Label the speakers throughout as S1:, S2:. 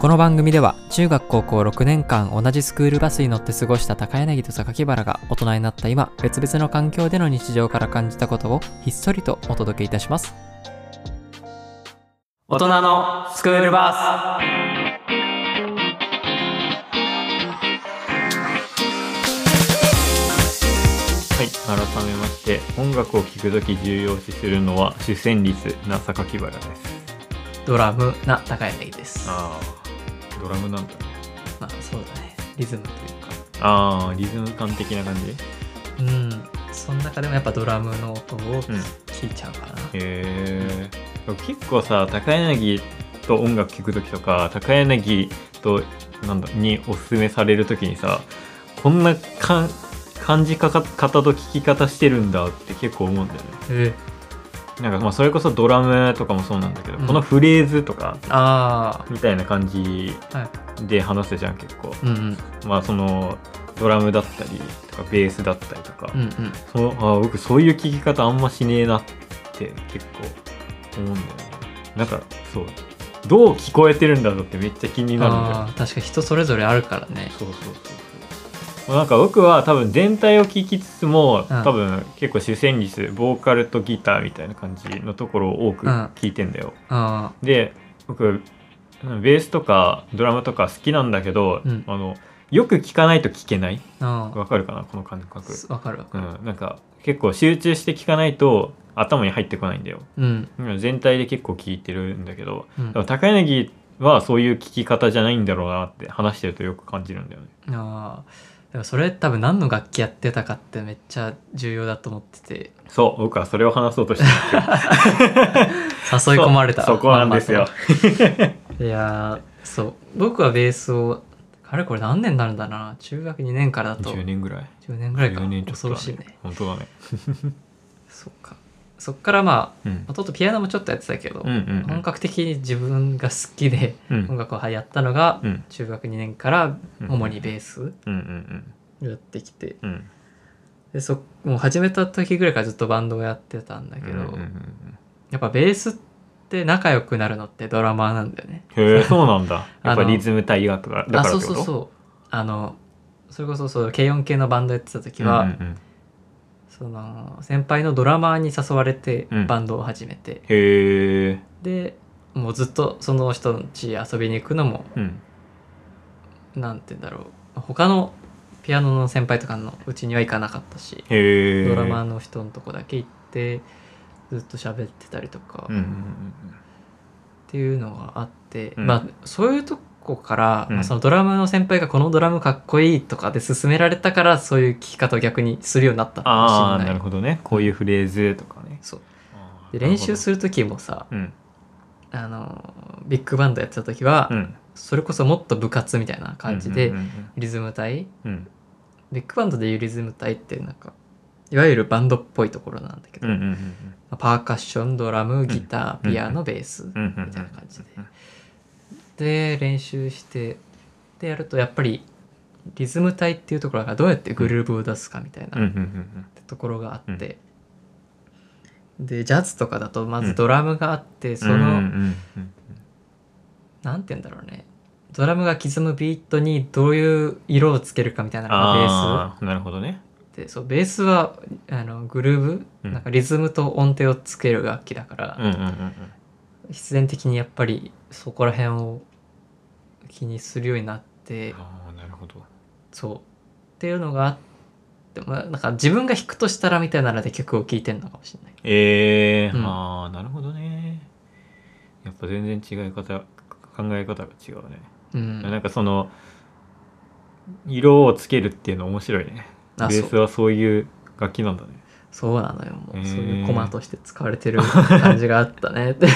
S1: この番組では中学高校6年間同じスクールバスに乗って過ごした高柳と榊原が大人になった今別々の環境での日常から感じたことをひっそりとお届けいたします大人のスクールバス
S2: はい、改めまして音楽を聴くとき重要視するのは主旋律な榊原です
S1: ドラムな高柳です
S2: ああドラムなんだね
S1: まあそうだねリズムというか
S2: ああリズム感的な感じへ
S1: うんその中でもやっぱドラムの音を
S2: ん
S1: 聞いちゃうかな、
S2: え結構さ高柳と音楽聴くときとか高柳となんだにおすすめされるときにさこんなかん感じかか方と聞き方してるんだって結構思うんだよね
S1: え
S2: なんかまあそれこそドラムとかもそうなんだけど、
S1: うん
S2: このフレーズとか
S1: あ
S2: みたいな感じ
S1: あはい
S2: で話すじゃん結構
S1: うんうん
S2: まあそのドラムだったりとかベースだったりとか、
S1: うんうん
S2: そのあ僕そういう聞き方あんましねえなって結構思うんだよねなんかそうどう聞こえてるんだろうってめっちゃ気になるんだよ
S1: あー確かに人それぞれあるからね
S2: そうそうそうそうなんか僕は多分全体を聞きつつも、
S1: うん
S2: 多分結構主旋律ボーカルとギターみたいな感じのところを多く
S1: うん
S2: 聞いてんだよ、
S1: あ
S2: で僕ベースとかドラムとか好きなんだけど、
S1: うん
S2: あのよく聞かないと聞けない
S1: ーあー
S2: わかるかなこの感覚
S1: すわかるわ
S2: う
S1: かる
S2: んなんか結構集中して聞かないと頭に入ってこないんだよ
S1: うん、
S2: うん全体で結構聞いてるんだけど
S1: うん
S2: でも高柳はそういう聞き方じゃないんだろうなって話してるとよく感じるんだよね
S1: あーでもそれ多分何の楽器やってたかってめっちゃ重要だと思ってて
S2: そう僕はそれを話そうとし てた
S1: 誘い込まれた
S2: そうそこなんですよ、
S1: いやーそう僕はベースをあれこれ何年になるんだな中学2年からだと
S2: 10
S1: 10
S2: 年ぐらい
S1: 年ぐらいか
S2: 10年ちょっ
S1: 恐
S2: と
S1: ろ
S2: だ
S1: しい
S2: ね
S1: ね
S2: 本当だね
S1: そっかそっからまあ
S2: うん
S1: 弟ピアノもちょっとやってたけど、
S2: うんうん
S1: 本格的に自分が好きで
S2: うんう
S1: 音
S2: ん
S1: 楽をやったのが
S2: うん
S1: 中学2年から主にベース
S2: うんうん
S1: やってきて
S2: うんうん
S1: でそもう始めた時ぐらいからずっとバンドをやってたんだけど、
S2: うんうんうん
S1: やっぱベースって仲良くなるのってドラマーなんだよね
S2: へえそうなんだやっぱ
S1: あの
S2: リズム体がとかだ
S1: あ
S2: から
S1: そう
S2: って
S1: そ
S2: こ
S1: う
S2: と
S1: そうあのそれこそそう軽音系のバンドやってた時
S2: うん
S1: は、
S2: うんうん
S1: その先輩のドラマーに誘われて
S2: うん
S1: バンドを始めて、
S2: へえ
S1: でもうずっとその人の家遊びに行くのも
S2: うん
S1: なんて言うんだろう他のピアノの先輩とかのうちには行かなかったし、
S2: へえ
S1: ドラマーの人のとこだけ行ってずっと喋ってたりとか、
S2: うんうんうんうん
S1: っていうのがあって、
S2: うん
S1: まあそういうとこから、
S2: うん
S1: まあそのドラムの先輩がこのドラムかっこいいとかで勧められたからそういう聞き方を逆にするようになったのかもしれ
S2: ああ
S1: ない
S2: なるほどねこういうフレーズとかね
S1: そう
S2: あー
S1: で練習
S2: なる
S1: する時もさ
S2: ほどうん
S1: あのビッグバンドやってた時は、
S2: うん
S1: それこそもっと部活みたいな感じで、
S2: うん
S1: リズム隊
S2: うん
S1: ビッグバンドでいうリズム隊ってなんかいわゆるバンドっぽいところなんだけ
S2: う
S1: ど、
S2: んうんうん
S1: まあパーカッションドラムギターピアノベース、
S2: うんうんうんうん
S1: みたいな感じで
S2: うん
S1: で練習してでやるとやっぱりリズム体っていうところがどうやってグルーブを出すかみたいな
S2: うんう
S1: っ
S2: んうん
S1: てところがあって、でジャズとかだとまずドラムがあって、そ
S2: うん
S1: の、
S2: うんうん
S1: なんて言うんだろうねドラムが刻むビートにどういう色をつけるかみたいなのがベース
S2: ああなるほどね
S1: でそうベースはあのグルーブ、
S2: うん
S1: なんかリズムと音程をつける楽器だから、
S2: うんうんうんうん
S1: 必然的にやっぱりそこら辺を気にするようになって。
S2: ああなるほど
S1: そうっていうのがあってまあなんか自分が弾くとしたらみたいなので曲を聴いてるのかもしれない
S2: ええ
S1: うん
S2: ああなるほどねやっぱ全然違い方考え方が違うね
S1: うん
S2: なんかその色をつけるっていうの面白いねベ
S1: あ
S2: ース
S1: そう
S2: はそういう楽器なんだね
S1: そうなのよもう、
S2: へー
S1: そういうコマとして使われ てる感じがあったねって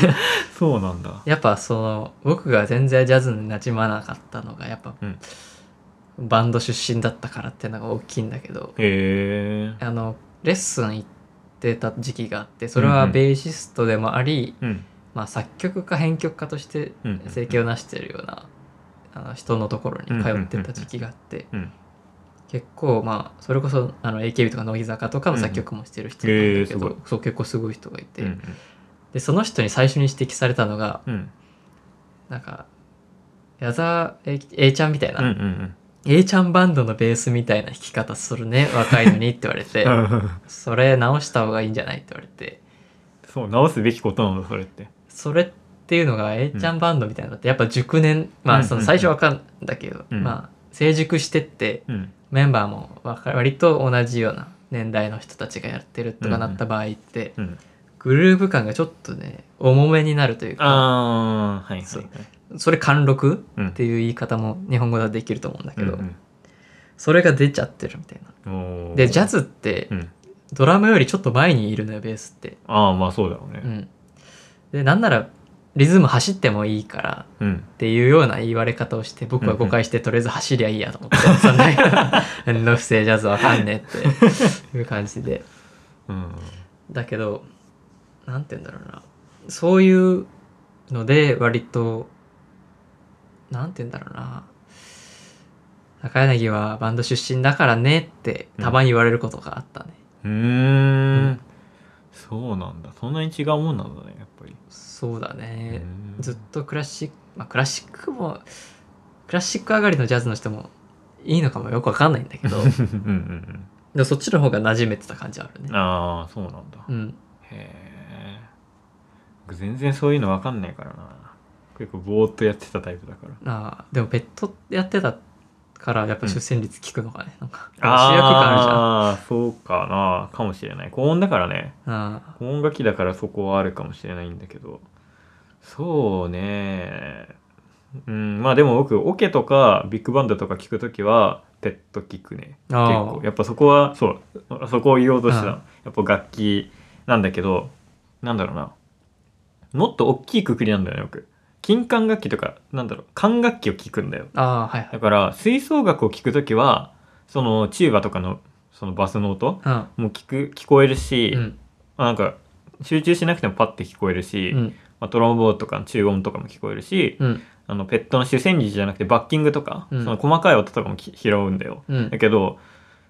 S2: そうなんだ
S1: やっぱその僕が全然ジャズに馴染まなかったのがやっぱ、
S2: うん
S1: バンド出身だったからっていうのが大きいんだけど
S2: へえ
S1: あのレッスン行ってた時期があってそれはベーシストでもあり、
S2: うん
S1: まあ、作曲家編曲家として
S2: うんうんうん
S1: 生計を成しているような、あの人のところに通ってた時期があって、
S2: うん
S1: 結構まあそれこそあの AKB とか乃木坂とかの作曲もしてる人なんだけど、
S2: うんうんへーす
S1: そう結構すごい人がいて、
S2: うん
S1: でその人に最初に指摘されたのが
S2: うん
S1: なんか矢沢え A ちゃんみたいな、
S2: うんうん。
S1: A ちゃんバンドのベースみたいな弾き方するね若いのにって言われ てそれ直した方がいいんじゃないって言われて
S2: そう、直すべきことなの、それって。
S1: それっていうのが A ちゃんバンドみたいなのってやっぱ熟年まあその最初わかんだけど、
S2: うん
S1: まあ成熟してって
S2: うん。
S1: メンバーもわか割と同じような年代の人たちがやってるとかなった場合って、
S2: うん。
S1: グルーヴ感がちょっとね重めになるというか
S2: ああ、はいはい
S1: そう
S2: はい。
S1: それ貫禄
S2: うん
S1: っていう言い方も日本語ではできると思うんだけど、
S2: うん
S1: それが出ちゃってるみたいな。
S2: うんおー
S1: でジャズって
S2: うん。
S1: ドラムよりちょっと前にいるのよベースって。
S2: ああ、まあそうだろう
S1: う
S2: ね。
S1: ん、でなんならリズム走ってもいいから
S2: うん。
S1: っていうような言われ方をして僕は誤解してとりあえず走りゃいいやと思ってそんな 運動不正ジャズわかんねえ っていう感じで
S2: うん。
S1: だけどなんて言うんだろうなそういうので割となんて言うんだろうな高柳はバンド出身だからねってたまに言われることがあったね、
S2: うー
S1: うんん。
S2: そうなんだ。そんなに違うもんなんだね、やっぱり。
S1: そうだね、
S2: うん
S1: ずっとクラシック、まあ、クラシックもクラシック上がりのジャズの人もいいのかもよくわかんないんだけど
S2: うんうん
S1: でもそっちの方が馴染めてた感じはある
S2: うん。
S1: ね
S2: ああ、そうなんだ。
S1: うん
S2: へえ。全然そういうのわかんないからな。結構ぼーっとやってたタイプだから。
S1: あーでもペットやってたからやっぱ出生率聞くのかね、なんか主役感あるじゃん
S2: ああー、そうかな。かもしれない。高音だからね。
S1: あ
S2: 高音楽器だからそこはあるかもしれないんだけど。そうね。うん、まあでも僕、オケとかビッグバンドとか聞くときは、ペット聞くね。
S1: あ
S2: 結
S1: ー
S2: 構。やっぱそこは、そう、そこを言おうとしてた
S1: う
S2: の
S1: ん。
S2: やっぱ楽器なんだけど、なんだろうな。もっと大きいくくりなんだよね、僕。金管楽器とか、なんだろう、管楽器を聞くんだよ。
S1: あーはいはい
S2: だから吹奏楽を聴くときはそのチューバとかのそのバスの音
S1: うん
S2: も聞く聞こえるし、
S1: うん
S2: まあなんか集中しなくてもパッて聞こえるし、
S1: うん
S2: まあ、トロンボーンとかの中音とかも聞こえるし、
S1: うん
S2: あのペットの主旋律じゃなくてバッキングとか、
S1: うん
S2: その細かい音とかもき拾うんだよ。
S1: うん
S2: だけど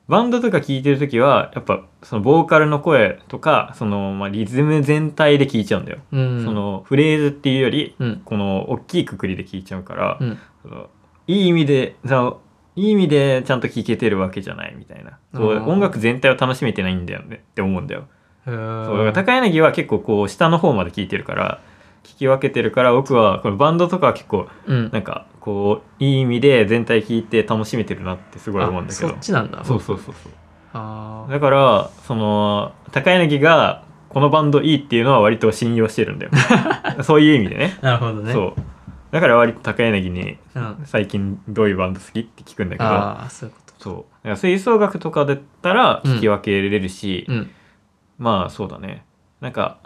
S2: バンドとか聴いてるときはやっぱそのボーカルの声とかその、まあ、リズム全体で聴いちゃうんだよ。
S1: うん
S2: そのフレーズっていうより
S1: うん
S2: この大きいくくりで聴いちゃうから、
S1: うん
S2: そのいい意味でそのいい意味でちゃんと聴けてるわけじゃないみたいなこう
S1: あー
S2: 音楽全体を楽しめてないんだよねって思うんだよ、そうだ
S1: う
S2: から高柳は結構こう下の方まで聴いてるから聴き分けてるから僕はこのバンドとかは結構
S1: うん
S2: なんかこういい意味で全体聴いて楽しめてるなってすごい思うんだけど
S1: あそっちなんだ
S2: そうそうそうそう
S1: あー
S2: だからその高柳がこのバンドいいっていうのは割と信用してるん だよそういう意味でね
S1: なるほどね
S2: そうだから割と高柳に
S1: うん、
S2: 最近どういうバンド好きって聞くんだけど
S1: ああそういうこと
S2: そうだから吹奏楽とかだったら聞き分けれるし、
S1: うん
S2: まあそうだねなんか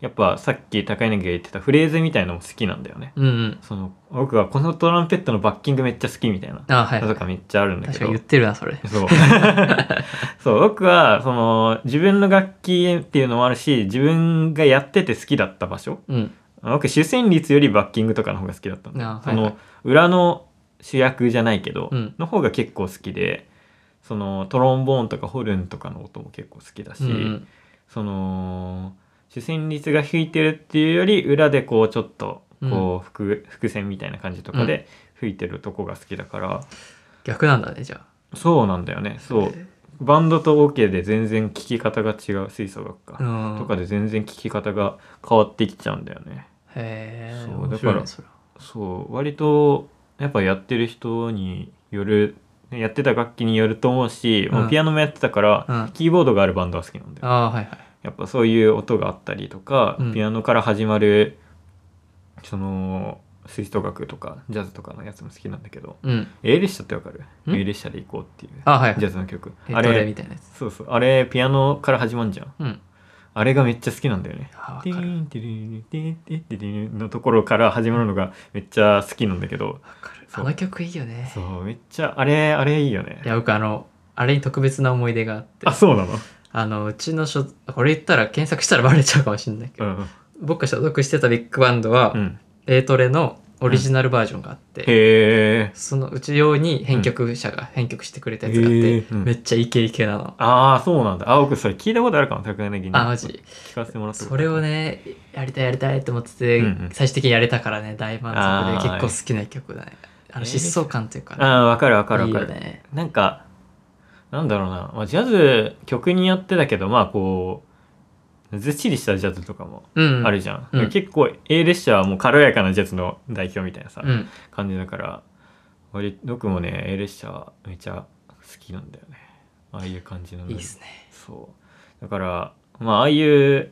S2: やっぱさっき高柳が言ってたフレーズみたいのも好きなんだよね、
S1: うんうん
S2: その僕はこのトランペットのバッキングめっちゃ好きみたいな
S1: あーはい
S2: のとかめっちゃあるんだ
S1: 確
S2: け
S1: か
S2: ど
S1: に言ってるなそれ
S2: そう そう僕はその自分の楽器っていうのもあるし自分がやってて好きだった場所
S1: うん
S2: 僕主旋律よりバッキングとかの方が好きだったんで、
S1: あ
S2: そ
S1: はいはい
S2: の裏の主役じゃないけど、
S1: うん
S2: の方が結構好きでそのトロンボーンとかホルンとかの音も結構好きだし、
S1: うんうん
S2: その主旋律が弾いてるっていうより裏でこうちょっとこう伏、伏線みたいな感じとかで吹いてるとこが好きだから、
S1: 逆なんだねじゃあ
S2: そうなんだよねそうバンドとオ、ケで全然聴き方が違う吹奏楽
S1: う
S2: か、
S1: ん、
S2: とかで全然聴き方が変わってきちゃうんだよね。
S1: へえ
S2: そう
S1: 面
S2: だ
S1: 白い
S2: から
S1: ねそれは
S2: そう割とやっぱやってる人によるやってた楽器によると思うし、
S1: うん
S2: もうピアノもやってたから、
S1: うん
S2: キーボードがあるバンドは好きなんだよ
S1: ああーはいはい
S2: やっぱそういう音があったりとか、
S1: うん
S2: ピアノから始まるその吹奏楽とかジャズとかのやつも好きなんだけど
S1: うん
S2: 「A 列車」ってわかる「
S1: ん
S2: A 列車で行こう」っていう
S1: あーはいはい
S2: ジャズの曲
S1: ヘ
S2: あ
S1: ッドレ
S2: れ
S1: みたいなやつ
S2: そうそうあれピアノから始まんじゃん
S1: うん
S2: あれがめっちゃ好きなんだよね
S1: あ
S2: テ
S1: ー
S2: ィ
S1: わかる
S2: ーンティリリリティーンティーンティリリリのところから始まるのがめっちゃ好きなんだけど
S1: わかる
S2: そう
S1: あの曲いいよね
S2: そうめっちゃあれあれいいよね
S1: いや僕あのあれに特別な思い出があって
S2: あそうなの
S1: あのうちの所これ言ったら検索したらバレちゃうかもしれないけ
S2: う
S1: ど、
S2: ん
S1: 僕が所属してたビッグバンドは、
S2: うん
S1: エイトレのオリジナルバージョンがあって、
S2: へえ
S1: そのうち用に編曲者が編曲してくれたやつがあって、
S2: へーうん
S1: めっちゃイケイケなの。
S2: ああそうなんだあ僕それ聞いたことあるかも高柳に
S1: あマジ
S2: 聞かせてもらったこと
S1: そ
S2: ある
S1: れをねやりたいやりたいと思ってて、
S2: うんうん
S1: 最終的にやれたからね大満足で
S2: あー
S1: 結構好きな曲だねあの
S2: えー
S1: 疾走感というかね、
S2: ああ分かる分かる
S1: いい
S2: 分
S1: よ
S2: かる
S1: ね
S2: なんかなんだろうな、まあ、ジャズ曲によってだけどまあこうずっしりしたジャズとかも
S1: うん
S2: あるじゃん、
S1: うん
S2: 結構 A 列車はもう軽やかなジャズの代表みたいなさ、
S1: うん
S2: 感じだから割僕もね A 列車はめちゃ好きなんだよねああいう感じの
S1: いいっすね
S2: そうだからまあああいう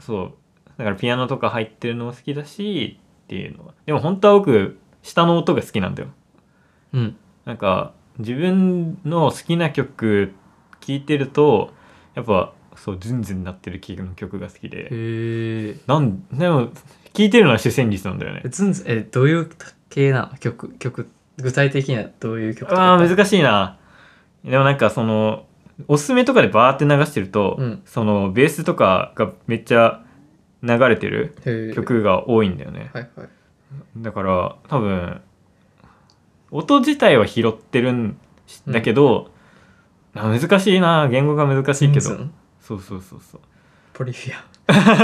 S2: そうだからピアノとか入ってるのも好きだしっていうのはでも本当は僕下の音が好きなんだよ
S1: うん
S2: なんか自分の好きな曲聴いてるとやっぱそうズンズンなってる系の曲が好きで
S1: へえ
S2: なんでも聴いてるのは主旋律なんだよね
S1: ずんずんえどういう系なの曲曲具体的にはどういう曲とか
S2: あー難しいなでもなんかそのおすすめとかでバーって流してると、
S1: うん
S2: そのベースとかがめっちゃ流れてる
S1: へー
S2: 曲が多いんだよね、
S1: はいはい
S2: だから多分音自体は拾ってるんだけど、あ難しいな言語が難しいけど
S1: ズンズン
S2: そうそうそうそう
S1: ポリフィア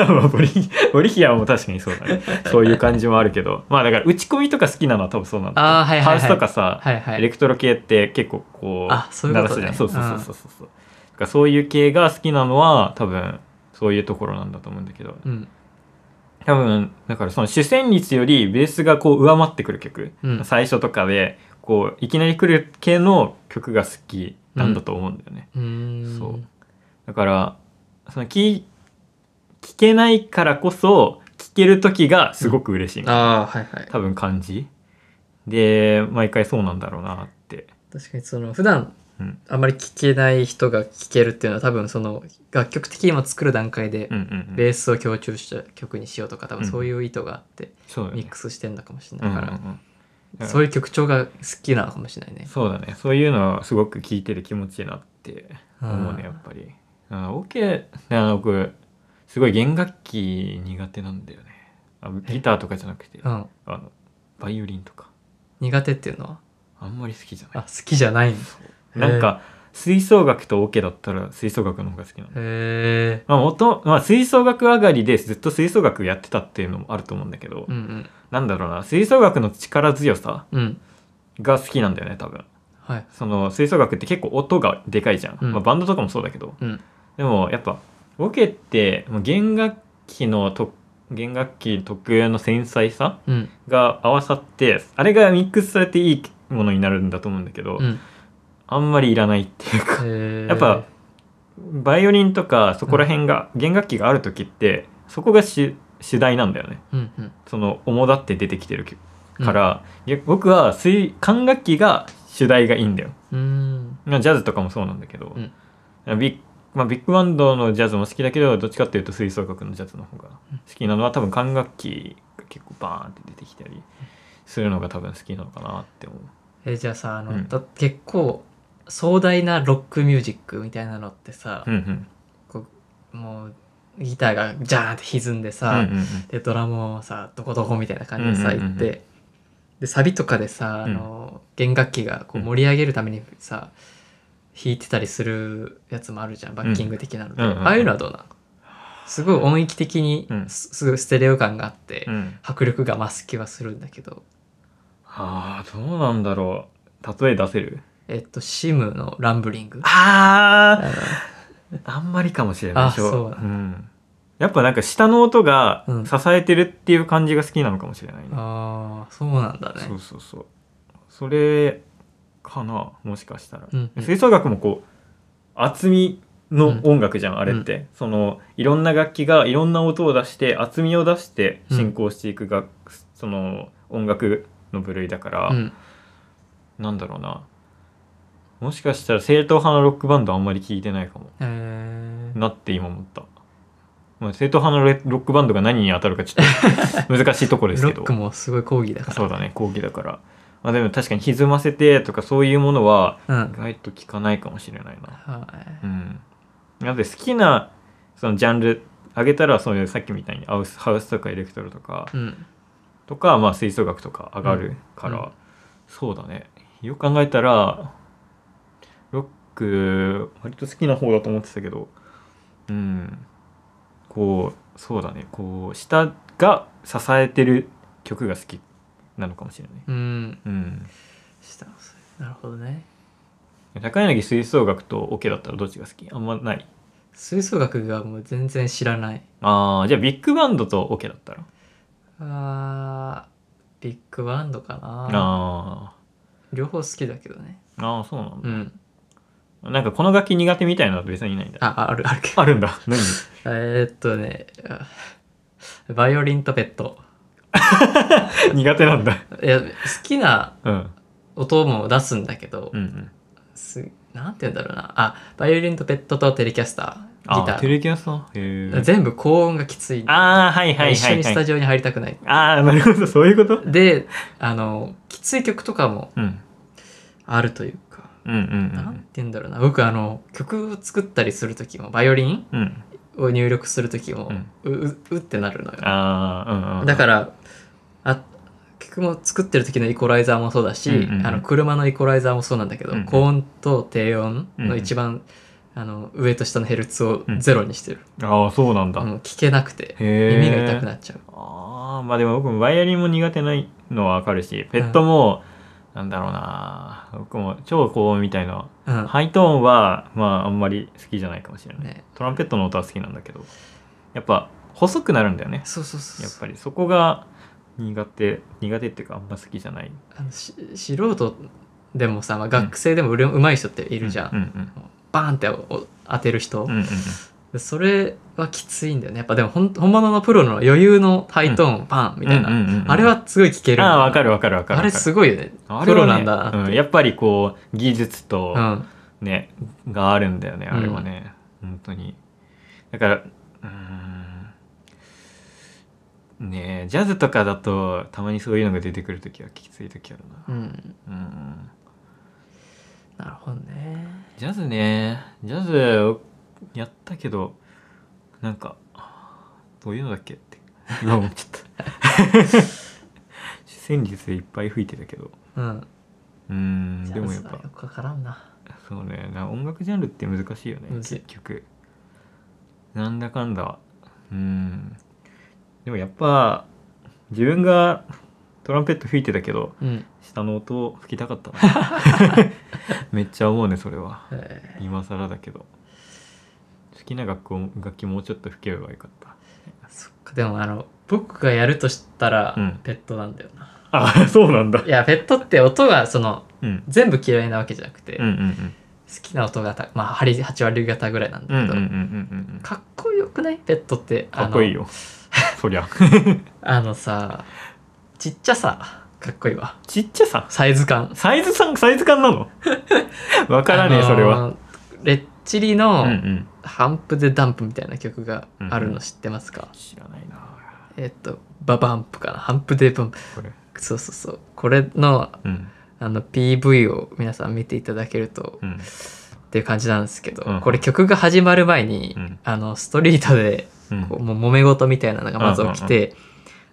S2: まあボリボリヒアも確かにそうだねそういう感じもあるけどまあだから打ち込みとか好きなのは多分そうなんだけど
S1: あーはいはいはい
S2: ハウスとかさ、
S1: はいは
S2: エレ
S1: い
S2: クトロ系って結構こう
S1: あそういうことね
S2: 鳴らすじゃんそうそうそうそうそうだからそういう系が好きなのは多分そういうところなんだと思うんだけど
S1: うん
S2: 多分だからその主旋律よりベースがこう上回ってくる曲、
S1: うん
S2: 最初とかでこういきなり来る系の曲が好きなんだと思うんだよね、
S1: うーん
S2: そうだからその聞聞けないからこそ聞ける時がすごく嬉しいみたいな、
S1: ああはいはい
S2: 多分感じで毎回そうなんだろうなって
S1: 確かにその普段
S2: うん
S1: あんまり聴けない人が聴けるっていうのは多分その楽曲的にも作る段階で
S2: うんうんうん
S1: ベースを強調した曲にしようとか多分
S2: うん
S1: そういう意図があって
S2: そうだよね
S1: ミックスしてんだかもしれ
S2: う
S1: ない
S2: んうん
S1: か
S2: う
S1: ら
S2: んうん
S1: そういう曲調が好きなのかもしれないね
S2: そうだねそういうのはすごく聞いてて気持ちいいなって思
S1: う
S2: う
S1: ん
S2: ねやっぱりあオーケーあ僕すごい弦楽器苦手なんだよねあギターとかじゃなくて
S1: う
S2: あ
S1: ん
S2: のバイオリンとか
S1: 苦手っていうのは
S2: あんまり好きじゃ
S1: あ
S2: な
S1: 好きじゃないんだ
S2: いなんか吹奏楽とオーケーだったら吹奏楽の方が好きなの
S1: へえ
S2: まあ元まあ、吹奏楽上がりでずっと吹奏楽やってたっていうのもあると思うんだけど、
S1: うん
S2: なんだろうな吹奏楽の力強さ
S1: うんうん
S2: が好きなんだよね多分
S1: はい
S2: その吹奏楽って結構音がでかいじゃん、
S1: うん
S2: まあ、バンドとかもそうだけど
S1: うん
S2: でもやっぱオケってもう弦楽器のと弦楽器特有の繊細さ
S1: うん
S2: が合わさってあれがミックスされていいものになるんだと思うんだけど、
S1: うん
S2: あんまりいらないっていうか
S1: へえ
S2: やっぱバイオリンとかそこら辺が、弦楽器がある時ってそこが主主題なんだよね
S1: うんうん
S2: その主だって出てきてるき
S1: うん
S2: から、いや僕は水管楽器が主題がいいんだよ
S1: うーん
S2: まあジャズとかもそうなんだけど、ビッまあ、ビッグバンドのジャズも好きだけどどっちかっていうと吹奏楽のジャズの方が好きなのは多分管楽器が結構バーンって出てきたりするのが多分好きなのかなって思う。
S1: えじゃあさあの、
S2: うん
S1: だ結構壮大なロックミュージックみたいなのってさ、
S2: うんうん
S1: こうもうギターがジャーンって歪んで
S2: うん
S1: さ、
S2: うんうん
S1: でドラムをさどこどこみたいな感じでさ
S2: うんうん
S1: 行
S2: うんうん
S1: ってでサビとかでさあの弦楽器がこう盛り上げるためにさ弾いてたりするやつもあるじゃんバッキング的なので、
S2: うんうんうん
S1: ああいうのはどうなのすごい音域的に
S2: うん
S1: すすごいステレオ感があって、
S2: うん
S1: 迫力が増す気はするんだけど
S2: あーどうなんだろう例え出せる
S1: えっとシムのランブリング
S2: あ
S1: あの
S2: ーあんまりかもしれない
S1: あそうだ
S2: ん、やっぱなんか下の音が
S1: うん
S2: 支えてるっていう感じが好きなのかもしれないね、
S1: ああそうなんだね
S2: そうそうそうそれかなもしかしたら、
S1: うんうん
S2: 吹奏楽もこう厚みの音楽じゃん、あれって、そのいろんな楽器がいろんな音を出して厚みを出して進行していく楽、その音楽の部類だから、
S1: うん
S2: なんだろうなもしかしたら正統派のロックバンドあんまり聞いてないかも
S1: へー
S2: なって今思った、まあ、正統派のレロックバンドが何に当たるかちょ っと難しいところです
S1: ロ
S2: けど
S1: ックもすごい講義だから
S2: そうだね講義だから、まあ、でも確かに歪ませてとかそういうものは
S1: う
S2: 意
S1: ん
S2: 外と聞かないかもしれないな
S1: はい
S2: うんなので好きなそのジャンルあげたらそういうさっきみたいにハウスハウスとかエレクトロとか
S1: うん
S2: とか、まあ、吹奏楽とか上がるから、
S1: うんうん
S2: そうだねよく考えたらロック割と好きな方だと思ってたけどうんこうそうだねこう下が支えてる曲が好きなのかもしれない。
S1: うん
S2: うん、
S1: 下のそれなるほどね
S2: 高柳吹奏楽とオ、ケだったらどっちが好きあんまない
S1: 吹奏楽がもう全然知らない
S2: あーじゃあビッグバンドとオ、ケだったら
S1: あービッグバンドかな
S2: あ
S1: 両方好きだけどね
S2: ーあーそうなん
S1: う
S2: だ、
S1: ん
S2: なんかこの楽器苦手みたいなのは別にいないんだ
S1: あああるあるけど
S2: あるん だ何
S1: えーっとねあバイオリンとペット
S2: 苦手なんだ、
S1: いや好きな
S2: うん、
S1: 音も出すんだけど、
S2: うんうん
S1: すなんて言うんだろうなあバイオリンとペットとテレキャスターギタ
S2: あ
S1: ー
S2: ーテレキャスさんへえ
S1: 全部高音がきつい
S2: ああはいはい
S1: 一
S2: は
S1: 緒
S2: い
S1: にス
S2: は
S1: タ
S2: い
S1: ジオに入りたくない
S2: ああなるほどそういうこと、
S1: であのきつい曲とかも
S2: うん、うん
S1: あるというか、
S2: うんう
S1: なんて言
S2: ん
S1: うんだろうな僕あの曲を作ったりする時もバイオリン
S2: うんうん
S1: を入力する時も、うううってなるのよ
S2: ああうんうん
S1: だかららあ曲も作ってる時のイコライザーもそうだし、
S2: うんうんうん
S1: あの車のイコライザーもそうなんだけど、
S2: うんうん
S1: 高音と低音の一番、あの上と下のヘルツをゼロにしてる、
S2: ああそうなんだ、
S1: うん聞けなくて
S2: へえ
S1: 耳が痛くなっちゃう
S2: ああまあでも僕もバイオリンも苦手ないのはわかるしペットも、なんだろうな僕も超高音みたいな
S1: うん、
S2: ハイトーンはまああんまり好きじゃないかもしれない、
S1: ね
S2: トランペットの音は好きなんだけどやっぱ細くなるんだよね
S1: そうそうそうそう
S2: やっぱりそこが苦手苦手っていうかあんま好きじゃない
S1: あのし素人でもさ、まあ、学生でもうれうまい人ってい
S2: い
S1: るじゃん、
S2: うんうん
S1: バーンってお当てる人、
S2: うんうんうん
S1: でそれはきついんだよねやっぱでもほん本物のプロの余裕のハイトーン、バーンみたいな、
S2: うんうんうんうん
S1: あれはすごい聞ける
S2: ああわかるわかるわかる
S1: あれすごいよね
S2: あ
S1: プ
S2: れ
S1: ロ
S2: はね
S1: なんだなって、
S2: うんやっぱりこう技術
S1: う
S2: と
S1: ん
S2: ね、があるんだよねあれはね、本当にだからうーんねえジャズとかだとたまにそういうのが出てくるときはきついときある
S1: う
S2: な、
S1: ん
S2: うん
S1: なるほどね
S2: ジャズねジャズやったけどなんかどういうのだっけって今思っちゃった 先日いっぱい吹いてたけど
S1: うん
S2: うーんでもやっ
S1: ジャズは
S2: ぱ
S1: よくわからんな
S2: そうねな音楽ジャンルって難しいよね
S1: むずい
S2: 結局なんだかんだうーんでもやっぱ自分がトランペット吹いてたけど
S1: うん、
S2: 下の音を吹きたかったな めっちゃ思うねそれは
S1: え
S2: 今更だけど好きな楽器を楽器もうちょっと吹けばよかった
S1: ーそっかでもあの僕がやるとしたら、
S2: うん
S1: ペットなんだよな
S2: あそうなんだ
S1: いやペットって音がその
S2: うん
S1: 全部嫌いなわけじゃなくて、
S2: うんうんうん
S1: 好きな音がた、まあ、8, 8割方ぐらいなんだ
S2: うんうん
S1: け
S2: うん
S1: ど、
S2: うんうん
S1: かっこよくないペットってあ
S2: か
S1: の
S2: っこいいよそりゃ
S1: あのさちっちゃさかっこいいわ
S2: ちっちゃさ
S1: サイズ感
S2: サイズさんサイズ感な のわからねえそれ
S1: あ
S2: は
S1: のレッチリ
S2: うん
S1: の
S2: うん
S1: 「ハンプ・でダンプ」みたいな曲がある
S2: うんう
S1: の
S2: ん
S1: 知ってますか、
S2: 知らないな
S1: えっとババンプかなハンプ・デ・ブンプ
S2: これ
S1: そうそうそうこれの
S2: うん
S1: あの PV を皆さん見ていただけると
S2: うん
S1: っていう感じなんですけど、
S2: うん
S1: これ曲が始まる前に、
S2: うん
S1: あのストリートで
S2: うん
S1: こうもう揉め事みたいなのがまず起きて、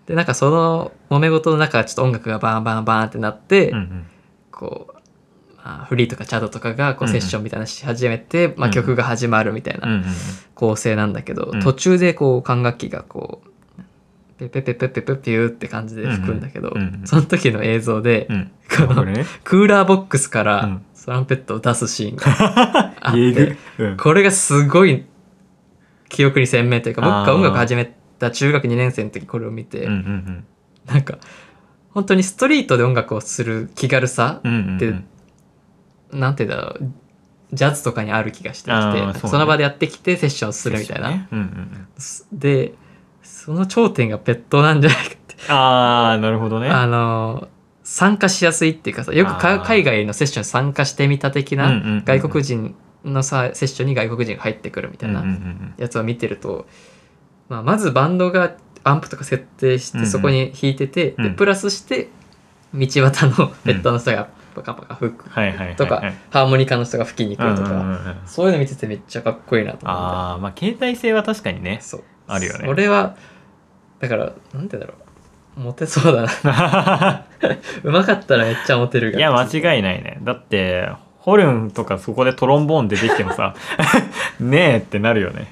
S1: でなんかその揉め事の中ちょっと音楽がバンバンバンってなって、
S2: うんうん
S1: こう、まあ、フリーとかチャドとかがこう
S2: うん
S1: セ
S2: うん
S1: ッションみたいなのし始めて、まあ、
S2: うん
S1: 曲が始まるみたい
S2: うん
S1: な
S2: うん
S1: 構成なんだけど、
S2: うん
S1: 途中でこう管楽器がこうペペペペペペピューって感じで吹くんだけど、
S2: うんうん
S1: その時の映像で、
S2: うん
S1: こ
S2: あ
S1: の
S2: これね
S1: クーラーボックスか
S2: う
S1: ら
S2: ん
S1: トランペットを出すシーンがあっ
S2: え
S1: て
S2: ぐうん
S1: これがすごい記憶に鮮明というか僕が音楽始めた中学2年生の時これを見て、
S2: うんうん
S1: なんか本当にストリートで音楽をする気軽さ
S2: うんうんうん
S1: でなんて言うんだろうジャズとかにある気がしてきて
S2: あー
S1: そ,、
S2: そうね
S1: の場でやってきてセッションするみたいな、
S2: うんうんうん
S1: すでその頂点がペットなんじゃないかって、
S2: ああなるほどね
S1: あの参加しやすいっていうかさよくか
S2: あー
S1: 海外のセッションに参加してみた的な、
S2: うんうんうんうん
S1: 外国人のさセッションに外国人が入ってくるみたいな
S2: うんうんうん
S1: やつを見てると、まあ、まずバンドがアンプとか設定し
S2: うんう
S1: て
S2: ん
S1: そこに弾いてて、
S2: う
S1: で
S2: ん
S1: プラスして道端のペットの人がパカパカ吹く、
S2: はいはいはいはい
S1: とか、ハーモニカの人が吹きに来
S2: うんう
S1: る
S2: んう
S1: と
S2: んう
S1: か。
S2: ん
S1: そういうの見ててめっちゃかっこいいなと思っ
S2: あ あまあ携帯性は確かにね
S1: て。そう。
S2: あるよね
S1: それは、だから、なんて言うんだろう。モテそうだな うまかったらめっちゃモテる
S2: いや、間違いないね。だって、ホルンとかそこでトロンボーン出てきてもさ、 ねえってなるよね。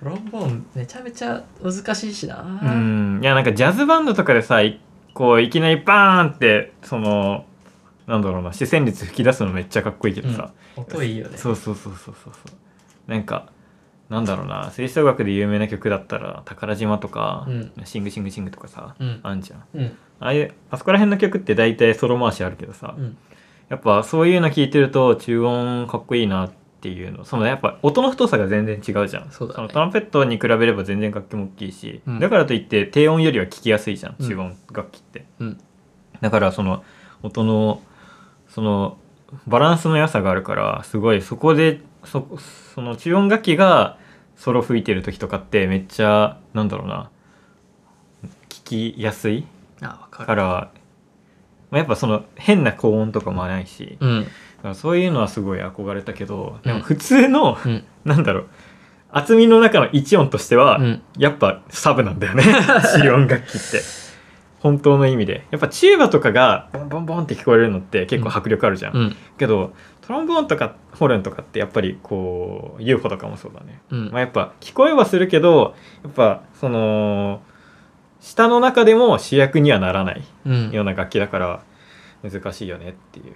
S1: トロンボーンめちゃめちゃ難しいしな
S2: う、ん。いや、なんかジャズバンドとかでさ、いこう、いきなりバーンって、その、なんだろうな、視線率吹き出すのめっちゃかっこいいけどさ。
S1: 音いいよね
S2: そうそうそうそうそうそう。なんか、なんだろうな、吹奏楽で有名な曲だったら、宝島とか、
S1: うん
S2: シングシングシングとかさ、
S1: うん
S2: あんじゃん。
S1: うん
S2: ああいう、あそこら辺の曲って大体ソロ回しあるけどさ、
S1: うん
S2: やっぱそういうの聞いてると中音かっこいいなっていうのそのやっぱ音の太さが全然違うじゃん
S1: そうだね
S2: のトランペットに比べれば全然楽器も大きいし、
S1: うん
S2: だからといって低音よりは聞きやすいじゃん
S1: うん
S2: 中音楽器って、
S1: うん
S2: だからその音のそのバランスの良さがあるからすごいそこでそその中音楽器がソロ吹いてる時とかってめっちゃなんだろうな聞きやすい
S1: あ分か
S2: か
S1: る
S2: ら、まあ、やっぱその変な高音とかもないし、
S1: うん
S2: だからそういうのはすごい憧れたけど、
S1: うん
S2: でも普通の、
S1: うん
S2: なんだろう厚みの中の一音としては、
S1: うん
S2: やっぱサブなんだ よね四音楽器って本当の意味でやっぱチューバとかがボンボンボンって聞こえるのって結構迫力あるじゃん、
S1: うん
S2: けどトロンボーンとかホルンとかってやっぱりこう UFO とかもそうだね、
S1: うん
S2: まあ、やっぱ聞こえはするけどやっぱその下の中でも主役にはならない
S1: うん
S2: よう
S1: 難
S2: な楽器だから難しいよねっていう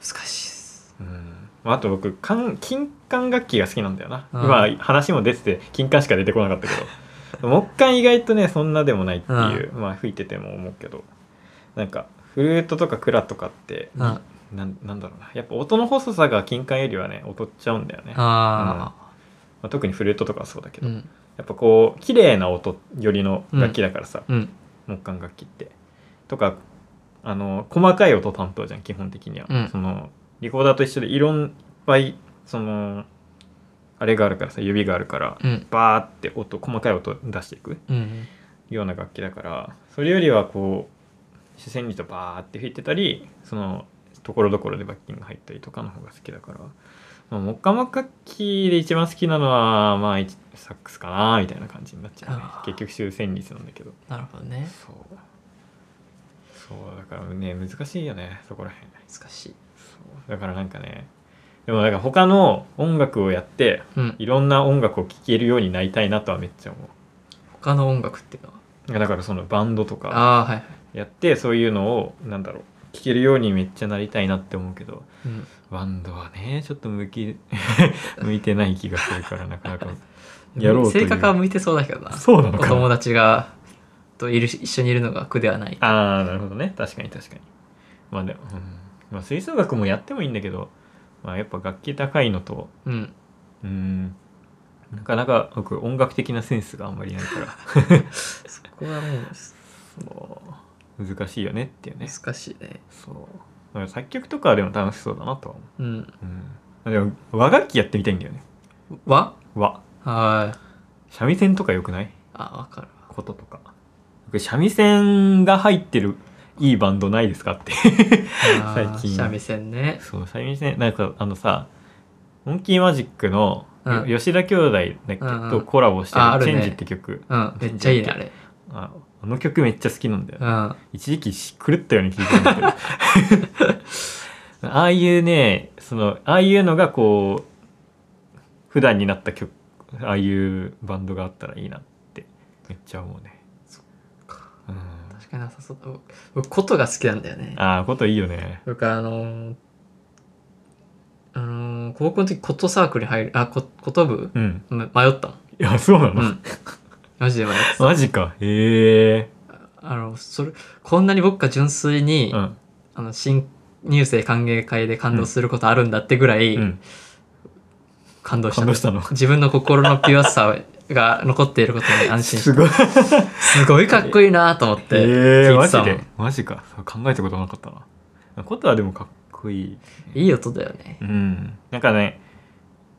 S1: しいです
S2: うんまああと僕管金管楽器が好きなんだよな、
S1: うん
S2: 今話も出てて金管しか出てこなかったけ ど木管意外とねそんなでもないっていう、まあ吹いてても思うけどなんかフルートとかクラとかって、
S1: うんあ
S2: なんなんだろうなやっぱ音の細さが金管よりはね劣っちゃうんだよね、ま
S1: あ
S2: あ、特にフルートとかはそうだけ
S1: う
S2: ど、
S1: ん
S2: やっぱこう綺麗な音よりの楽器だからさ、
S1: うん
S2: 木管楽器ってとかあの細かい音担当じゃん基本的には、
S1: うん
S2: そのリコーダーと一緒でいろんいっぱいそのあれがあるからさ指があるから
S1: うん
S2: バーって音細かい音出していく
S1: うん
S2: ような楽器だからそれよりはこう視線にとバーって吹いてたりそのところどころでバッキング入ったりとかの方が好きだから、まあ、木管楽器で一番好きなのはまあ一サックスかなみたいな感じになっちゃうね
S1: あー
S2: 結局終戦率なんだけど
S1: なるほどね
S2: そうそうだからね難しいよねそこらへん
S1: 難しい
S2: そうだからなんかねでもなんか他の音楽をやって
S1: うん
S2: いろんな音楽を聴けるようになりたいなとはめっちゃ思
S1: 他の音楽っていうのは
S2: ういやだからそのバンドとか
S1: ああはいはい
S2: やってそういうのをなんだろう聴けるようにめっちゃなりたいなって思うけど
S1: うん
S2: バンドはねちょっと向き 向いてない気がするからなかなかやろうとい
S1: 性
S2: う
S1: 格は向いてそうだけどな
S2: そうなの
S1: お
S2: かな
S1: 友達がといる一緒にいるのが苦ではない
S2: ああなるほどね確かに確かにまあでも、うんまあ、吹奏楽もやってもいいんだけど、まあ、やっぱ楽器高いのと
S1: うん
S2: うんなかなか僕音楽的なセンスがあんまりないから
S1: そこはもう
S2: そう難しいよねっていうね
S1: 難しいね
S2: そうだから作曲とかはでも楽しそうだなとは思
S1: うん
S2: う、うん、でも和楽器やってみたいんだよね
S1: 和
S2: 和
S1: はい
S2: 三味線とかよくない
S1: あわかる
S2: こととか僕三味線が入ってるいいバンドないですかっ て
S1: わ
S2: 最近
S1: 三味線ね
S2: そう、最近ね、なんかあのさ、モンキーマジックの、
S1: うん
S2: よ吉田兄弟だっけ、
S1: うんうん
S2: とコラボしてる
S1: あある
S2: チ
S1: ね
S2: ェンジって曲
S1: うんめっちゃいいねあれ
S2: あ、あの曲めっちゃ好きなんだよ。
S1: うん
S2: 一時期し狂ったように聴いてるんだけど。 ああいうね、その、ああいうのがこう、普段になった曲、ああいうバンドがあったらいいなって、めっちゃ思うね。うん、
S1: 確かになさそうだ僕僕琴が好きなんだよね
S2: ああ、こといいよね。
S1: 僕あのーあのー高校の時琴サークルに入るあこ琴部
S2: うん。
S1: ま迷ったもん
S2: いや、そうなの、
S1: うん マジで迷った
S2: マジか。へえ。
S1: あのそれこんなに僕が純粋に、
S2: うん。
S1: あの新入生歓迎会で感動することあるんだってぐらい
S2: うん。
S1: 感動した,、
S2: 感動したの。
S1: 自分の心のピュアさが残っていることに安心し
S2: すごい。
S1: たすごいかっこいいなと思って
S2: ええ
S1: 聞い
S2: マ
S1: てた
S2: ジ
S1: もん、
S2: でマジか。そう考えたことなかったな。ことはでもかっこいい。
S1: いい音だよね
S2: うん。なんかね、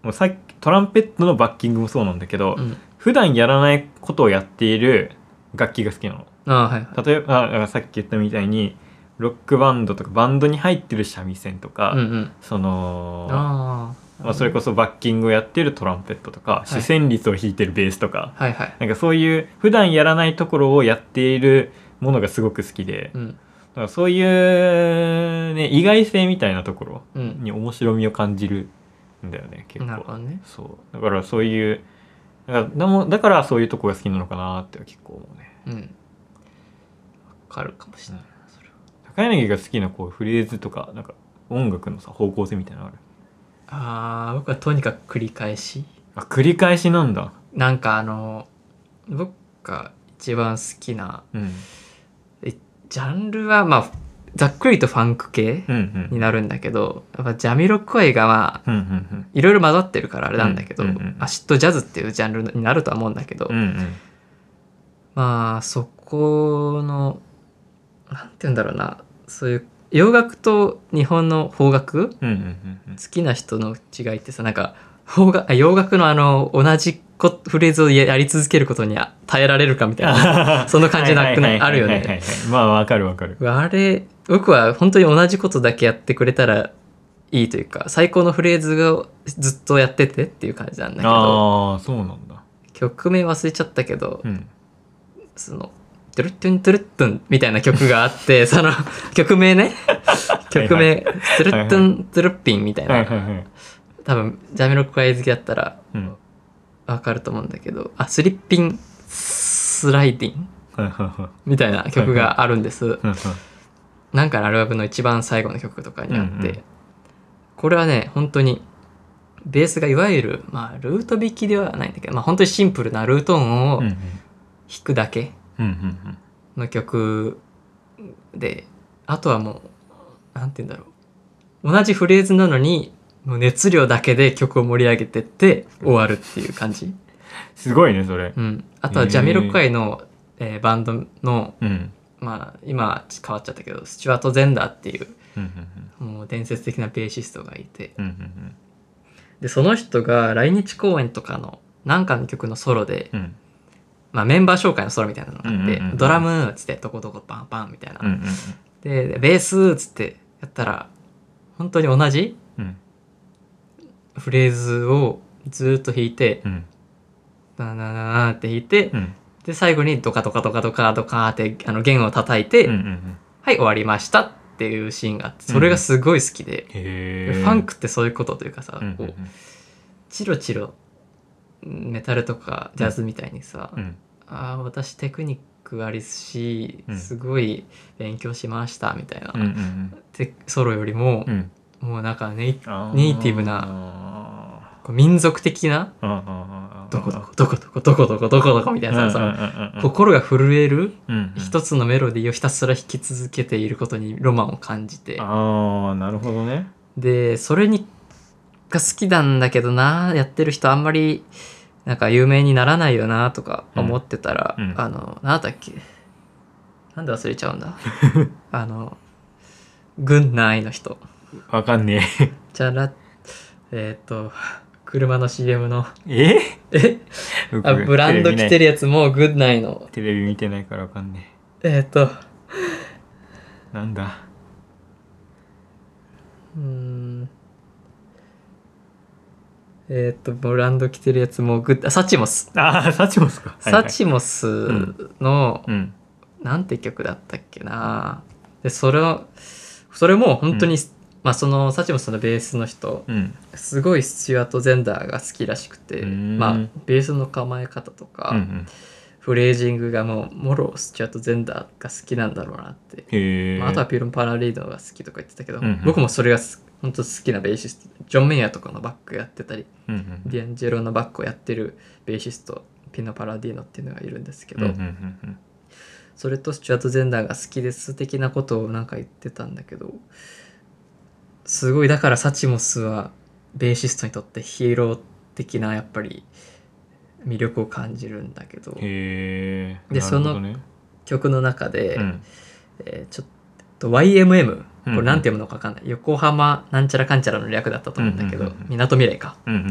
S2: もうさっきトランペットのバッキングもそうなんだけど、
S1: うん
S2: 普段やらないことをやっている楽器が好きなの。
S1: ああはいはい
S2: 例えば、あだからさっき言ったみたいに、ロックバンドとかバンドに入ってる三味線とか、
S1: うんうん
S2: その、
S1: ああ
S2: まあ、それこそバッキングをやってるトランペットとか、
S1: い
S2: 主旋律を弾いてるベースとか、
S1: はいはい
S2: なんかそういう普段やらないところをやっているものがすごく好きで、
S1: う
S2: だ
S1: ん
S2: からそういう、ね、意外性みたいなところ
S1: うん
S2: に面白みを感じるんだよね結構
S1: なるほどね
S2: そうだからそういうだからだもだからそういうとこが好きなのかなって結構思うね
S1: うんわかるかもしれないなそれは
S2: 高柳が好きなこうフレーズとかなんか音楽のさ方向性みたいなのある
S1: あー僕はとにかく繰り返し
S2: あ繰り返しなんだ
S1: なんかあの僕が一番好きな
S2: うん
S1: ジャンルはまあざっくりとファンク系
S2: うんう
S1: に
S2: ん
S1: なるんだけどやっぱジャミロクワイがまあ
S2: うんうん
S1: いろいろ混ざってるからあれなんだけど、
S2: うんうんうん
S1: アシッドジャズっていうジャンルになるとは思うんだけど、
S2: うんうん
S1: まあそこのなんて言うんだろうなそういう洋楽と日本の邦楽
S2: うんうんうんうん
S1: 好きな人の違いってさなんか邦楽あ洋楽のあの同じこフレーズをややり続けることにあ耐えられるかみたいな そんな感じなくないあるよね
S2: はいはいはいはいまあわかるわかる
S1: あれ僕は本当に同じことだけやってくれたらいいというか最高のフレーズをずっとやっててっていう感じなんだけど
S2: ああそうなんだ
S1: 曲名忘れちゃったけど
S2: うん
S1: その「トゥルットゥントゥルットゥン」みたいな曲があって その曲名ね曲名「トゥルットゥントゥルッピン」みたい
S2: はい
S1: な
S2: はいはい
S1: 多分ジャミロクワイ好きだったら
S2: うん
S1: わかると思うんだけどあスリッピンスライディン
S2: はいはいは
S1: みたいな曲があるんです
S2: いうんうん
S1: なんかのアルバムの一番最後の曲とかにあって、
S2: うんうん
S1: これはね本当にベースがいわゆる、まあ、ルート弾きではないんだけど、まあ、本当にシンプルなルート音を
S2: うんう
S1: 弾
S2: ん
S1: くだけ
S2: うんうん
S1: の曲で、あとはもうなんて言うんだろう同じフレーズなのにもう熱量だけで曲を盛り上げてって終わるっていう感じ、
S2: すごいねそれ
S1: うん、あとはジャミロクワイの、えーバンドの、
S2: うん
S1: まあ、今変わっちゃったけどスチュワート・ゼンダーっていう
S2: うんうん
S1: もう伝説的なベーシストがいて
S2: うんうんうん
S1: でその人が来日公演とかのなんかの曲のソロで、
S2: うんうん
S1: まあ、メンバー紹介のソロみたいなのがあって、
S2: うんうんうんうん
S1: ドラムっつってどこどこパンパンみたいな、
S2: うんうん
S1: ででベースっつってやったら本当に同じ
S2: うん
S1: フレーズをずーっと弾いて
S2: うんうん
S1: 「ダナナナ」って弾いて、
S2: うん
S1: で最後にドカドカドカドカドカってあの弦を叩いて、
S2: うんうんうん
S1: はい終わりましたっていうシーンがあってそれがすごい好きで、
S2: へえ
S1: ファンクってそういうことというかさ、
S2: うんうん
S1: こ
S2: う
S1: うんチロチロメタルとかジャズみたいにさ、
S2: うん
S1: ああ私テクニックありし
S2: うん
S1: すごい勉強しましたみたいな、
S2: うんうん
S1: てソロよりも
S2: うんう、ん
S1: もうなんかね
S2: あ
S1: ネイティブな
S2: な
S1: こう民族的などこどこどこどこどこどこどこどこみたいなさ、その心が震える一つのメロディーをひたすら弾き続けていることにロマンを感じて
S2: ああなるほどね
S1: でそれにが好きなんだけどなやってる人あんまりなんか有名にならないよなとか思ってたら、
S2: うんうん
S1: あの何だっけなんで忘れちゃうん だあの軍内の人
S2: わかんね
S1: じゃらえっ、と車の CM の
S2: え
S1: え
S2: え
S1: あブランド着て
S2: る
S1: るやつも軍内の
S2: テレビ見てないからわかんね
S1: えっ、と
S2: えなんだ
S1: うーんえっ、とブランド着てるやつもグッあサチモス
S2: ああサチモスかはいは
S1: サ
S2: い
S1: チモスの、
S2: うん
S1: なんて曲だったっけなでそれをそれも本当に、まあそのサチモスのベースの人
S2: うん
S1: すごいスチュアート・ゼンダーが好きらしくて
S2: うーん
S1: まあベースの構え方とか、
S2: うんうん
S1: フレージングがもうもろスチュアート・ゼンダーが好きなんだろうなって、
S2: へえ
S1: まあ、あとはピュロン・パラリードが好きとか言ってたけど、
S2: うんうん
S1: 僕もそれがす本当好きなベーシストジョン・メイヤーとかのバックやってたり、
S2: うんうん
S1: ディアンジェロのバックをやってるベーシストピノ・パラディーノっていうのがいるんですけ
S2: うん
S1: ど、
S2: うんうん
S1: それとスチュアート・ゼンダーが好きです的なことをなんか言ってたんだけどすごいだからサチモスはベーシストにとってヒーロー的なやっぱり魅力を感じるんだけど
S2: うんへえ
S1: で
S2: なるほどね
S1: 曲の中で、
S2: うん
S1: えーちょっと YMM こ
S2: うんう
S1: れ
S2: ん
S1: なんて読むのか分かんない、横浜なんちゃらかんちゃらの略だったと思うんだけど、
S2: うんうんうんうん
S1: みなとみらいか
S2: うんうん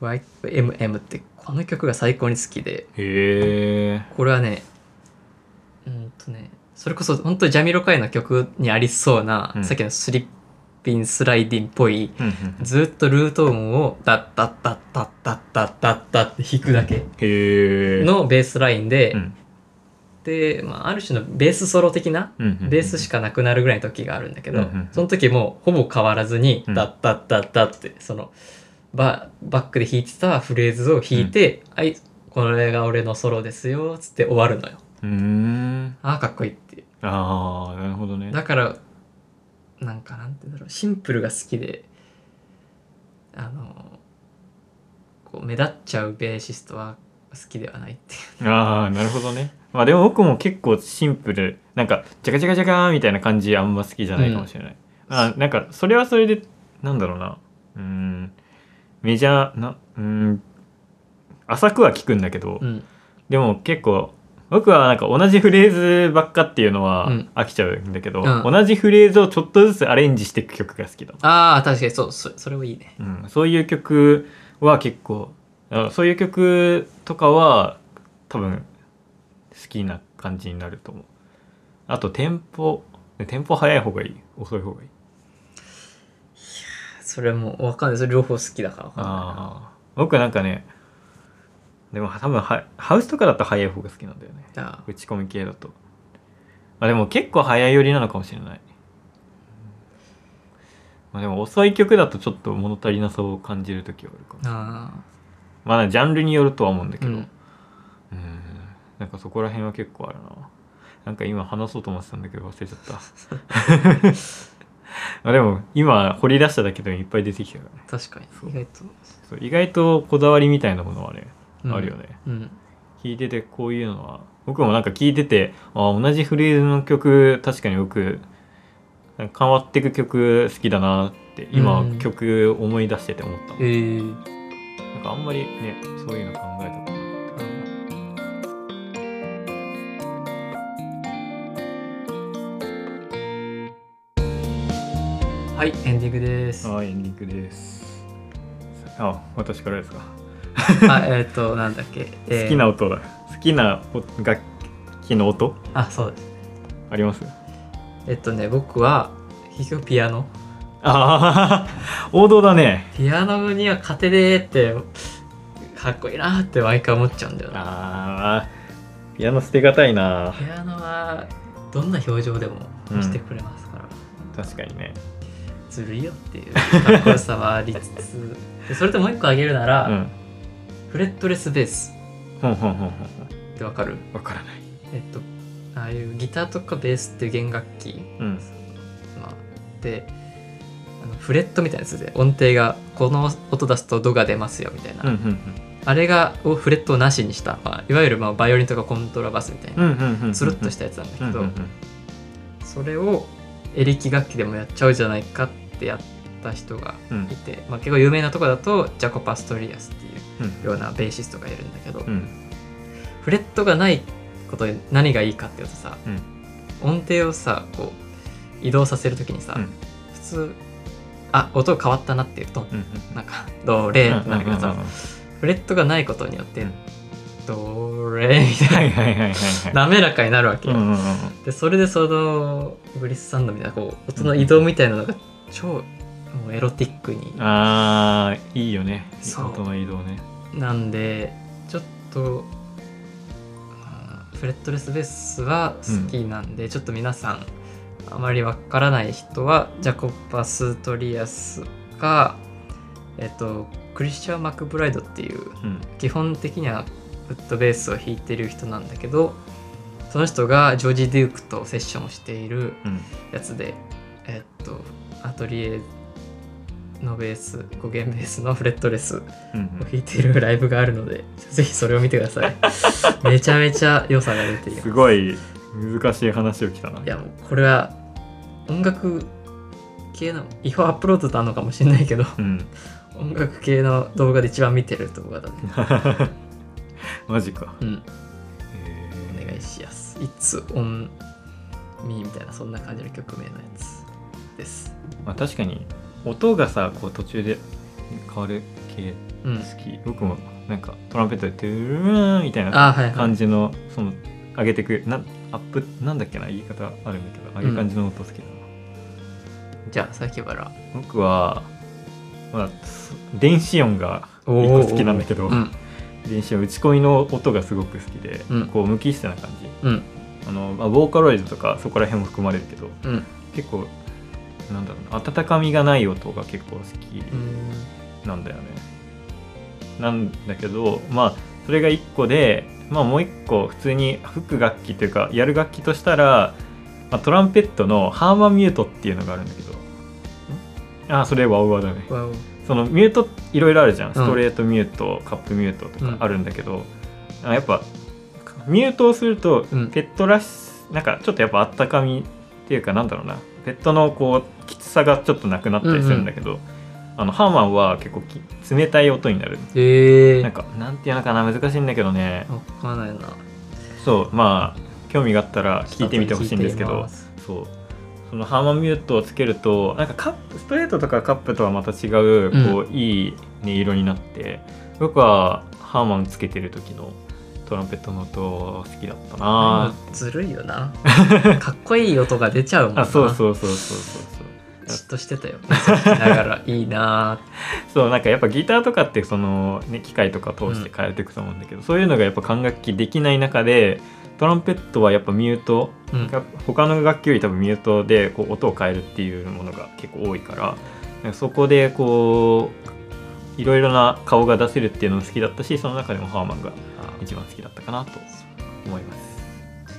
S1: YMM ってこの曲が最高に好きで
S2: へえ
S1: これはねうんとねそれこそ本当にジャミロカイの曲にありそうな、
S2: うん
S1: さっきのスリッピンスライディンっぽい
S2: うんうん
S1: ずっとルート音をダッダッダッダッダッダッダッダッって弾くだけ
S2: へえ
S1: のベースラインで、
S2: うん
S1: で、まあ、ある種のベースソロ的な
S2: うんうんうん
S1: ベースしかなくなるぐらいの時があるんだけど、
S2: うんうんうん
S1: その時もうほぼ変わらずに「
S2: うん
S1: ダッダッダッダッ」ってそのババックで弾いてたフレーズを弾いて「はいこれが俺のソロですよ」っつって終わるのよ。
S2: うーん
S1: ああかっこいいって
S2: ああなるほどね
S1: だからなんかなんて言うんだろうシンプルが好きであのこう目立っちゃうベーシストは好きではないっていう。
S2: ああなるほどねまあでも僕も結構シンプルなんかジャカジャカジャカーみたいな感じあんま好きじゃないかもしれない、あなんかそれはそれでなんだろうなうーんメジャーなうーん浅くは聞くんだけど、
S1: うん
S2: でも結構僕はなんか同じフレーズばっかっていうのは
S1: うん
S2: 飽きちゃうんだけ
S1: う
S2: ど、
S1: ん
S2: 同じフレーズをちょっとずつアレンジしていく曲が好きだ、
S1: ああ確かにそうそそれもいいね。
S2: うん、そういう曲は結構あそういう曲とかは多分好きな感じになると思うあとテンポテンポ早い方がいい遅い方がいい
S1: それもわかんないそれ両方好きだからわかんないな
S2: ああ僕なんかねでも多分はハウスとかだと早い方が好きなんだよね
S1: じゃあ
S2: 打ち込み系だとまあでも結構早い寄りなのかもしれないまあでも遅い曲だとちょっと物足りなさを感じる時はあるかも
S1: あ
S2: まあジャンルによるとは思うんだ
S1: ー
S2: け
S1: う
S2: ど、
S1: ん
S2: うんなんかそこら辺は結構あるななんか今話そうと思ってたんだけど忘れちゃった あでも今掘り出しただけでもいっぱい出てきたからね
S1: 確かに
S2: そう
S1: 意外と、
S2: そう意外とこだわりみたいなものはね、
S1: うん
S2: あるよね
S1: うん、
S2: 聞いててこういうのは僕もなんか聞いててあ同じフレーズの曲確かに僕なんか変わってく曲好きだなって今、
S1: うん
S2: 曲思い出してて思ったもん
S1: えー
S2: なんかあんまりねそういうの考えたことない
S1: はいエンディングですあ
S2: はいエンディングですあ私からですか、
S1: えっ、となんだっけ、えー
S2: 好きな音だ好きなお楽器の音
S1: あそうです
S2: あります
S1: えっ、とね僕は結局ピアノ
S2: ああ王道だね
S1: ピアノには勝てねえってかっこいいなって毎回思っちゃうんだよな
S2: ああピアノ捨てがたいな
S1: ピアノはどんな表情でも見せてくれますから、
S2: 確かにね
S1: ずるいよっていうかっこよさはありつつでそれともう一個あげるな
S2: う
S1: ら、
S2: ん
S1: フレットレスベース
S2: ほんほんほんほんほん
S1: ってわかる
S2: わからない
S1: えっとああいうギターとかベースっていう弦楽器、
S2: うん
S1: まあ、であのフレットみたいなやつで音程がこの音出すとドが出ますよみたいな、
S2: うん
S1: あれがをフレットをなしにした、まあ、いわゆるまあバイオリンとかコントラバスみたい
S2: うん
S1: な
S2: う
S1: ん
S2: うんうんうん
S1: つるっとしたたやつなんだ
S2: うん
S1: け
S2: うんう
S1: ど、
S2: ん
S1: それをエレキ楽器でもやっちゃうじゃないかってやった人が
S2: うん
S1: いて、まあ、結構有名なとこだとジャコ・パストリアスっていう
S2: うん
S1: ようなベーシストがいるんだけど、
S2: うん
S1: フレットがないことで何がいいかっていうとさ、
S2: うん
S1: 音程をさこう移動させるときにさ、
S2: うん
S1: 普通あ音変わったなっていうと、
S2: うん
S1: なんかドレ
S2: うん
S1: ーってなるけどさ、
S2: うんうんうん
S1: フレットがないことによって、
S2: うん
S1: ドレーみた
S2: はいい
S1: な
S2: はいはいはいはい
S1: 滑らかになるわけ
S2: う
S1: よ、
S2: んうんうん
S1: でそれでそのグリスサンドみたいなこう音の移動みたいなのが超もうエロティックに
S2: うんあーいいよね
S1: そう
S2: 音の移動ね
S1: なんでちょっとあーフレットレスベースは好きなんで、ちょっと皆さんあまりわからない人はジャコパス・トリアスかえっとクリスチャン・マクブライドっていう
S2: うん
S1: 基本的にはウッドベースを弾いてる人なんだけどその人がジョージ・デュークとセッションをしている
S2: うん
S1: やつでえっとアトリエのベース5弦ベースのフレットレス
S2: うん
S1: 弾いてるライブがあるのでぜひそれを見てくださいめちゃめちゃ良さが出てい
S2: うん
S1: ます
S2: ごい難しい話をきたない
S1: やもうこれは音楽系の違法アップロードとあるのかもしれないけど
S2: うん
S1: 音楽系の動画で一番見てる動画だね
S2: マジか
S1: うん
S2: え
S1: お願いしやす It's on me みたいなそんな感じの曲名のやつです
S2: まあ確かに音がさこう途中で変わる系
S1: うん
S2: 好き僕もなんかトランペットでトゥルーンみたいな
S1: あはいはい
S2: 感じのその上げてくなアップなんだっけな言い方あるんだけど上げ感じの音好きだ
S1: じゃあさっきから
S2: な、僕は、まあ、す電子音が
S1: おー
S2: 一個好きなんだけど、
S1: うん
S2: 電子音打ち込みの音がすごく好きで、
S1: うん
S2: こう無機質な感じ
S1: うん
S2: あの、まあ、ボーカロイドとかそこら辺も含まれるけど
S1: うんう
S2: 結構なんだろうな温かみがない音が結構好き
S1: ーん
S2: なんだよね。なんだけどまあそれが1個で、まあ、もう1個普通に吹く楽器というかやる楽器としたら、まあ、トランペットのハーマンミュートっていうのがあるんだけどあーそれワウワウだね
S1: わお
S2: そのミュートいろいろあるじゃんストレートミュート、カップミュートとかあるんだけど、あやっぱミュートをすると
S1: うん
S2: ペットらし、なんかちょっとやっぱあったかみっていうかなんだろうなペットのこうきつさがちょっとなくなったりするんだけど、あのハーマンは結構き冷たい音になる
S1: ええ
S2: なんかなんていうのかな難しいんだけどね
S1: わかんないな
S2: そうまあ興味があったら聞いてみてほしいんですけどそうそのハーマンミュートをつけるとなんかカップストレートとかカップとはまた違うこう、いい音色になって僕はハーマンつけてる時のトランペットの音好きだったな
S1: あずるいよ なかっこいい音が出ちゃうもんな
S2: あそう
S1: う
S2: そうそうそうそう
S1: 嫉妬
S2: そう
S1: してたよさっきながらいいな
S2: そうなんかやっぱギターとかってその、ね、機械とか通して変えていくと思うんだけど、そういうのがやっぱ管楽器できない中でトランペットはやっぱミュート
S1: ーうん
S2: が他の楽器より多分ミュートでこう音を変えるっていうものが結構多いからなんかそこでこういろいろな顔が出せるっていうのも好きだったしその中でもハーマンが
S1: あ
S2: 一番好きだったかなと思います。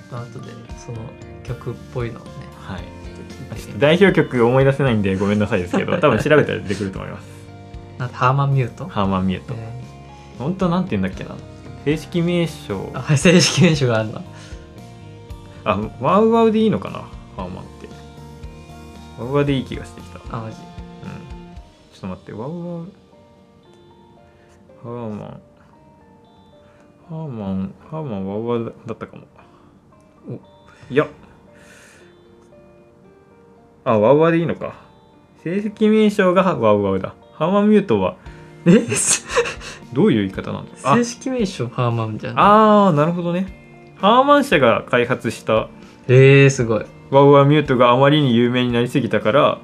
S1: ちょっと後でその曲っぽいのをね
S2: はい
S1: 聞いてみて
S2: 代表曲思い出せないんでごめんなさいです けど多分調べたら出てくると思います
S1: なんてハーマンミュート、
S2: ハーマンミュート
S1: え
S2: 本当なんて言うんだっけな正式名称
S1: ーあ正式名称があるの
S2: あワウワウでいいのかなハーマンってワウワウでいい気がしてきた
S1: あマジ
S2: うんちょっと待って、ワウワウ。ハーマン。ハーマン、ハーマン、ワウワウだったかも。いや。あ、ワウワウでいいのか。正式名称がワウワウだ。ハーマンミュートは
S1: え
S2: どういう言い方なんですか
S1: 正式名称ハーマンじゃん
S2: ああー、なるほどね。ハーマン社が開発した
S1: えー、すごい
S2: ワウワウミュートがあまりに有名になりすぎたから、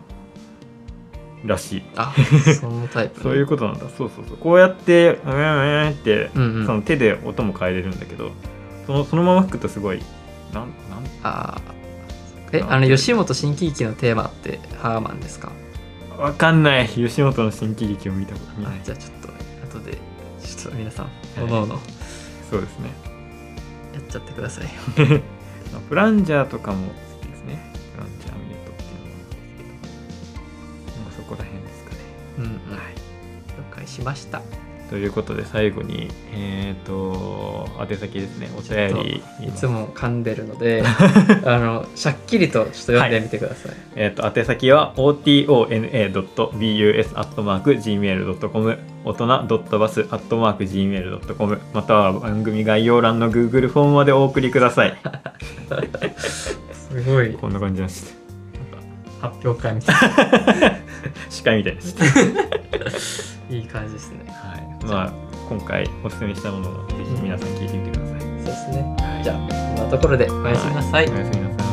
S2: らしい。
S1: あそのタイプ
S2: そういうことなんだそうそうそうこうやって「うんうんうん」って、
S1: うんうん
S2: その手で音も変えれるんだけどそのそのまま吹くとすごいなんなん
S1: あーえあの吉本新喜劇のテーマってハーマンですか、
S2: わかんない吉本の新喜劇を見たことない
S1: あじゃあちょっと後でちょっと皆さんおのおのや
S2: そうですね
S1: っちゃってくださいよ
S2: まあプランジャーとかも好きですねプランジャーミュートっていうのも好きですけどまあそこら辺ですかね
S1: うんうん
S2: はい
S1: 了解しました
S2: ということで最後にえっ、と宛先ですねお便り
S1: いつも噛んでるの であのしゃっきりとちょっと読んでみてください、
S2: えっ、と、宛先は otona.bus.gmail.com、大人 .bus.gmail.com、または番組概要欄の Google フォームまでお送りください。
S1: すごい
S2: こんな感じでした。
S1: 発表会みたい
S2: 司会みたいでし た。
S1: ないい感じですね
S2: はい。まあ、今回おすすめしたものをぜひ皆さん聞いてみてください。
S1: そうですね
S2: はい
S1: じゃあこんなところでおやすみなさい
S2: おやすみなさい。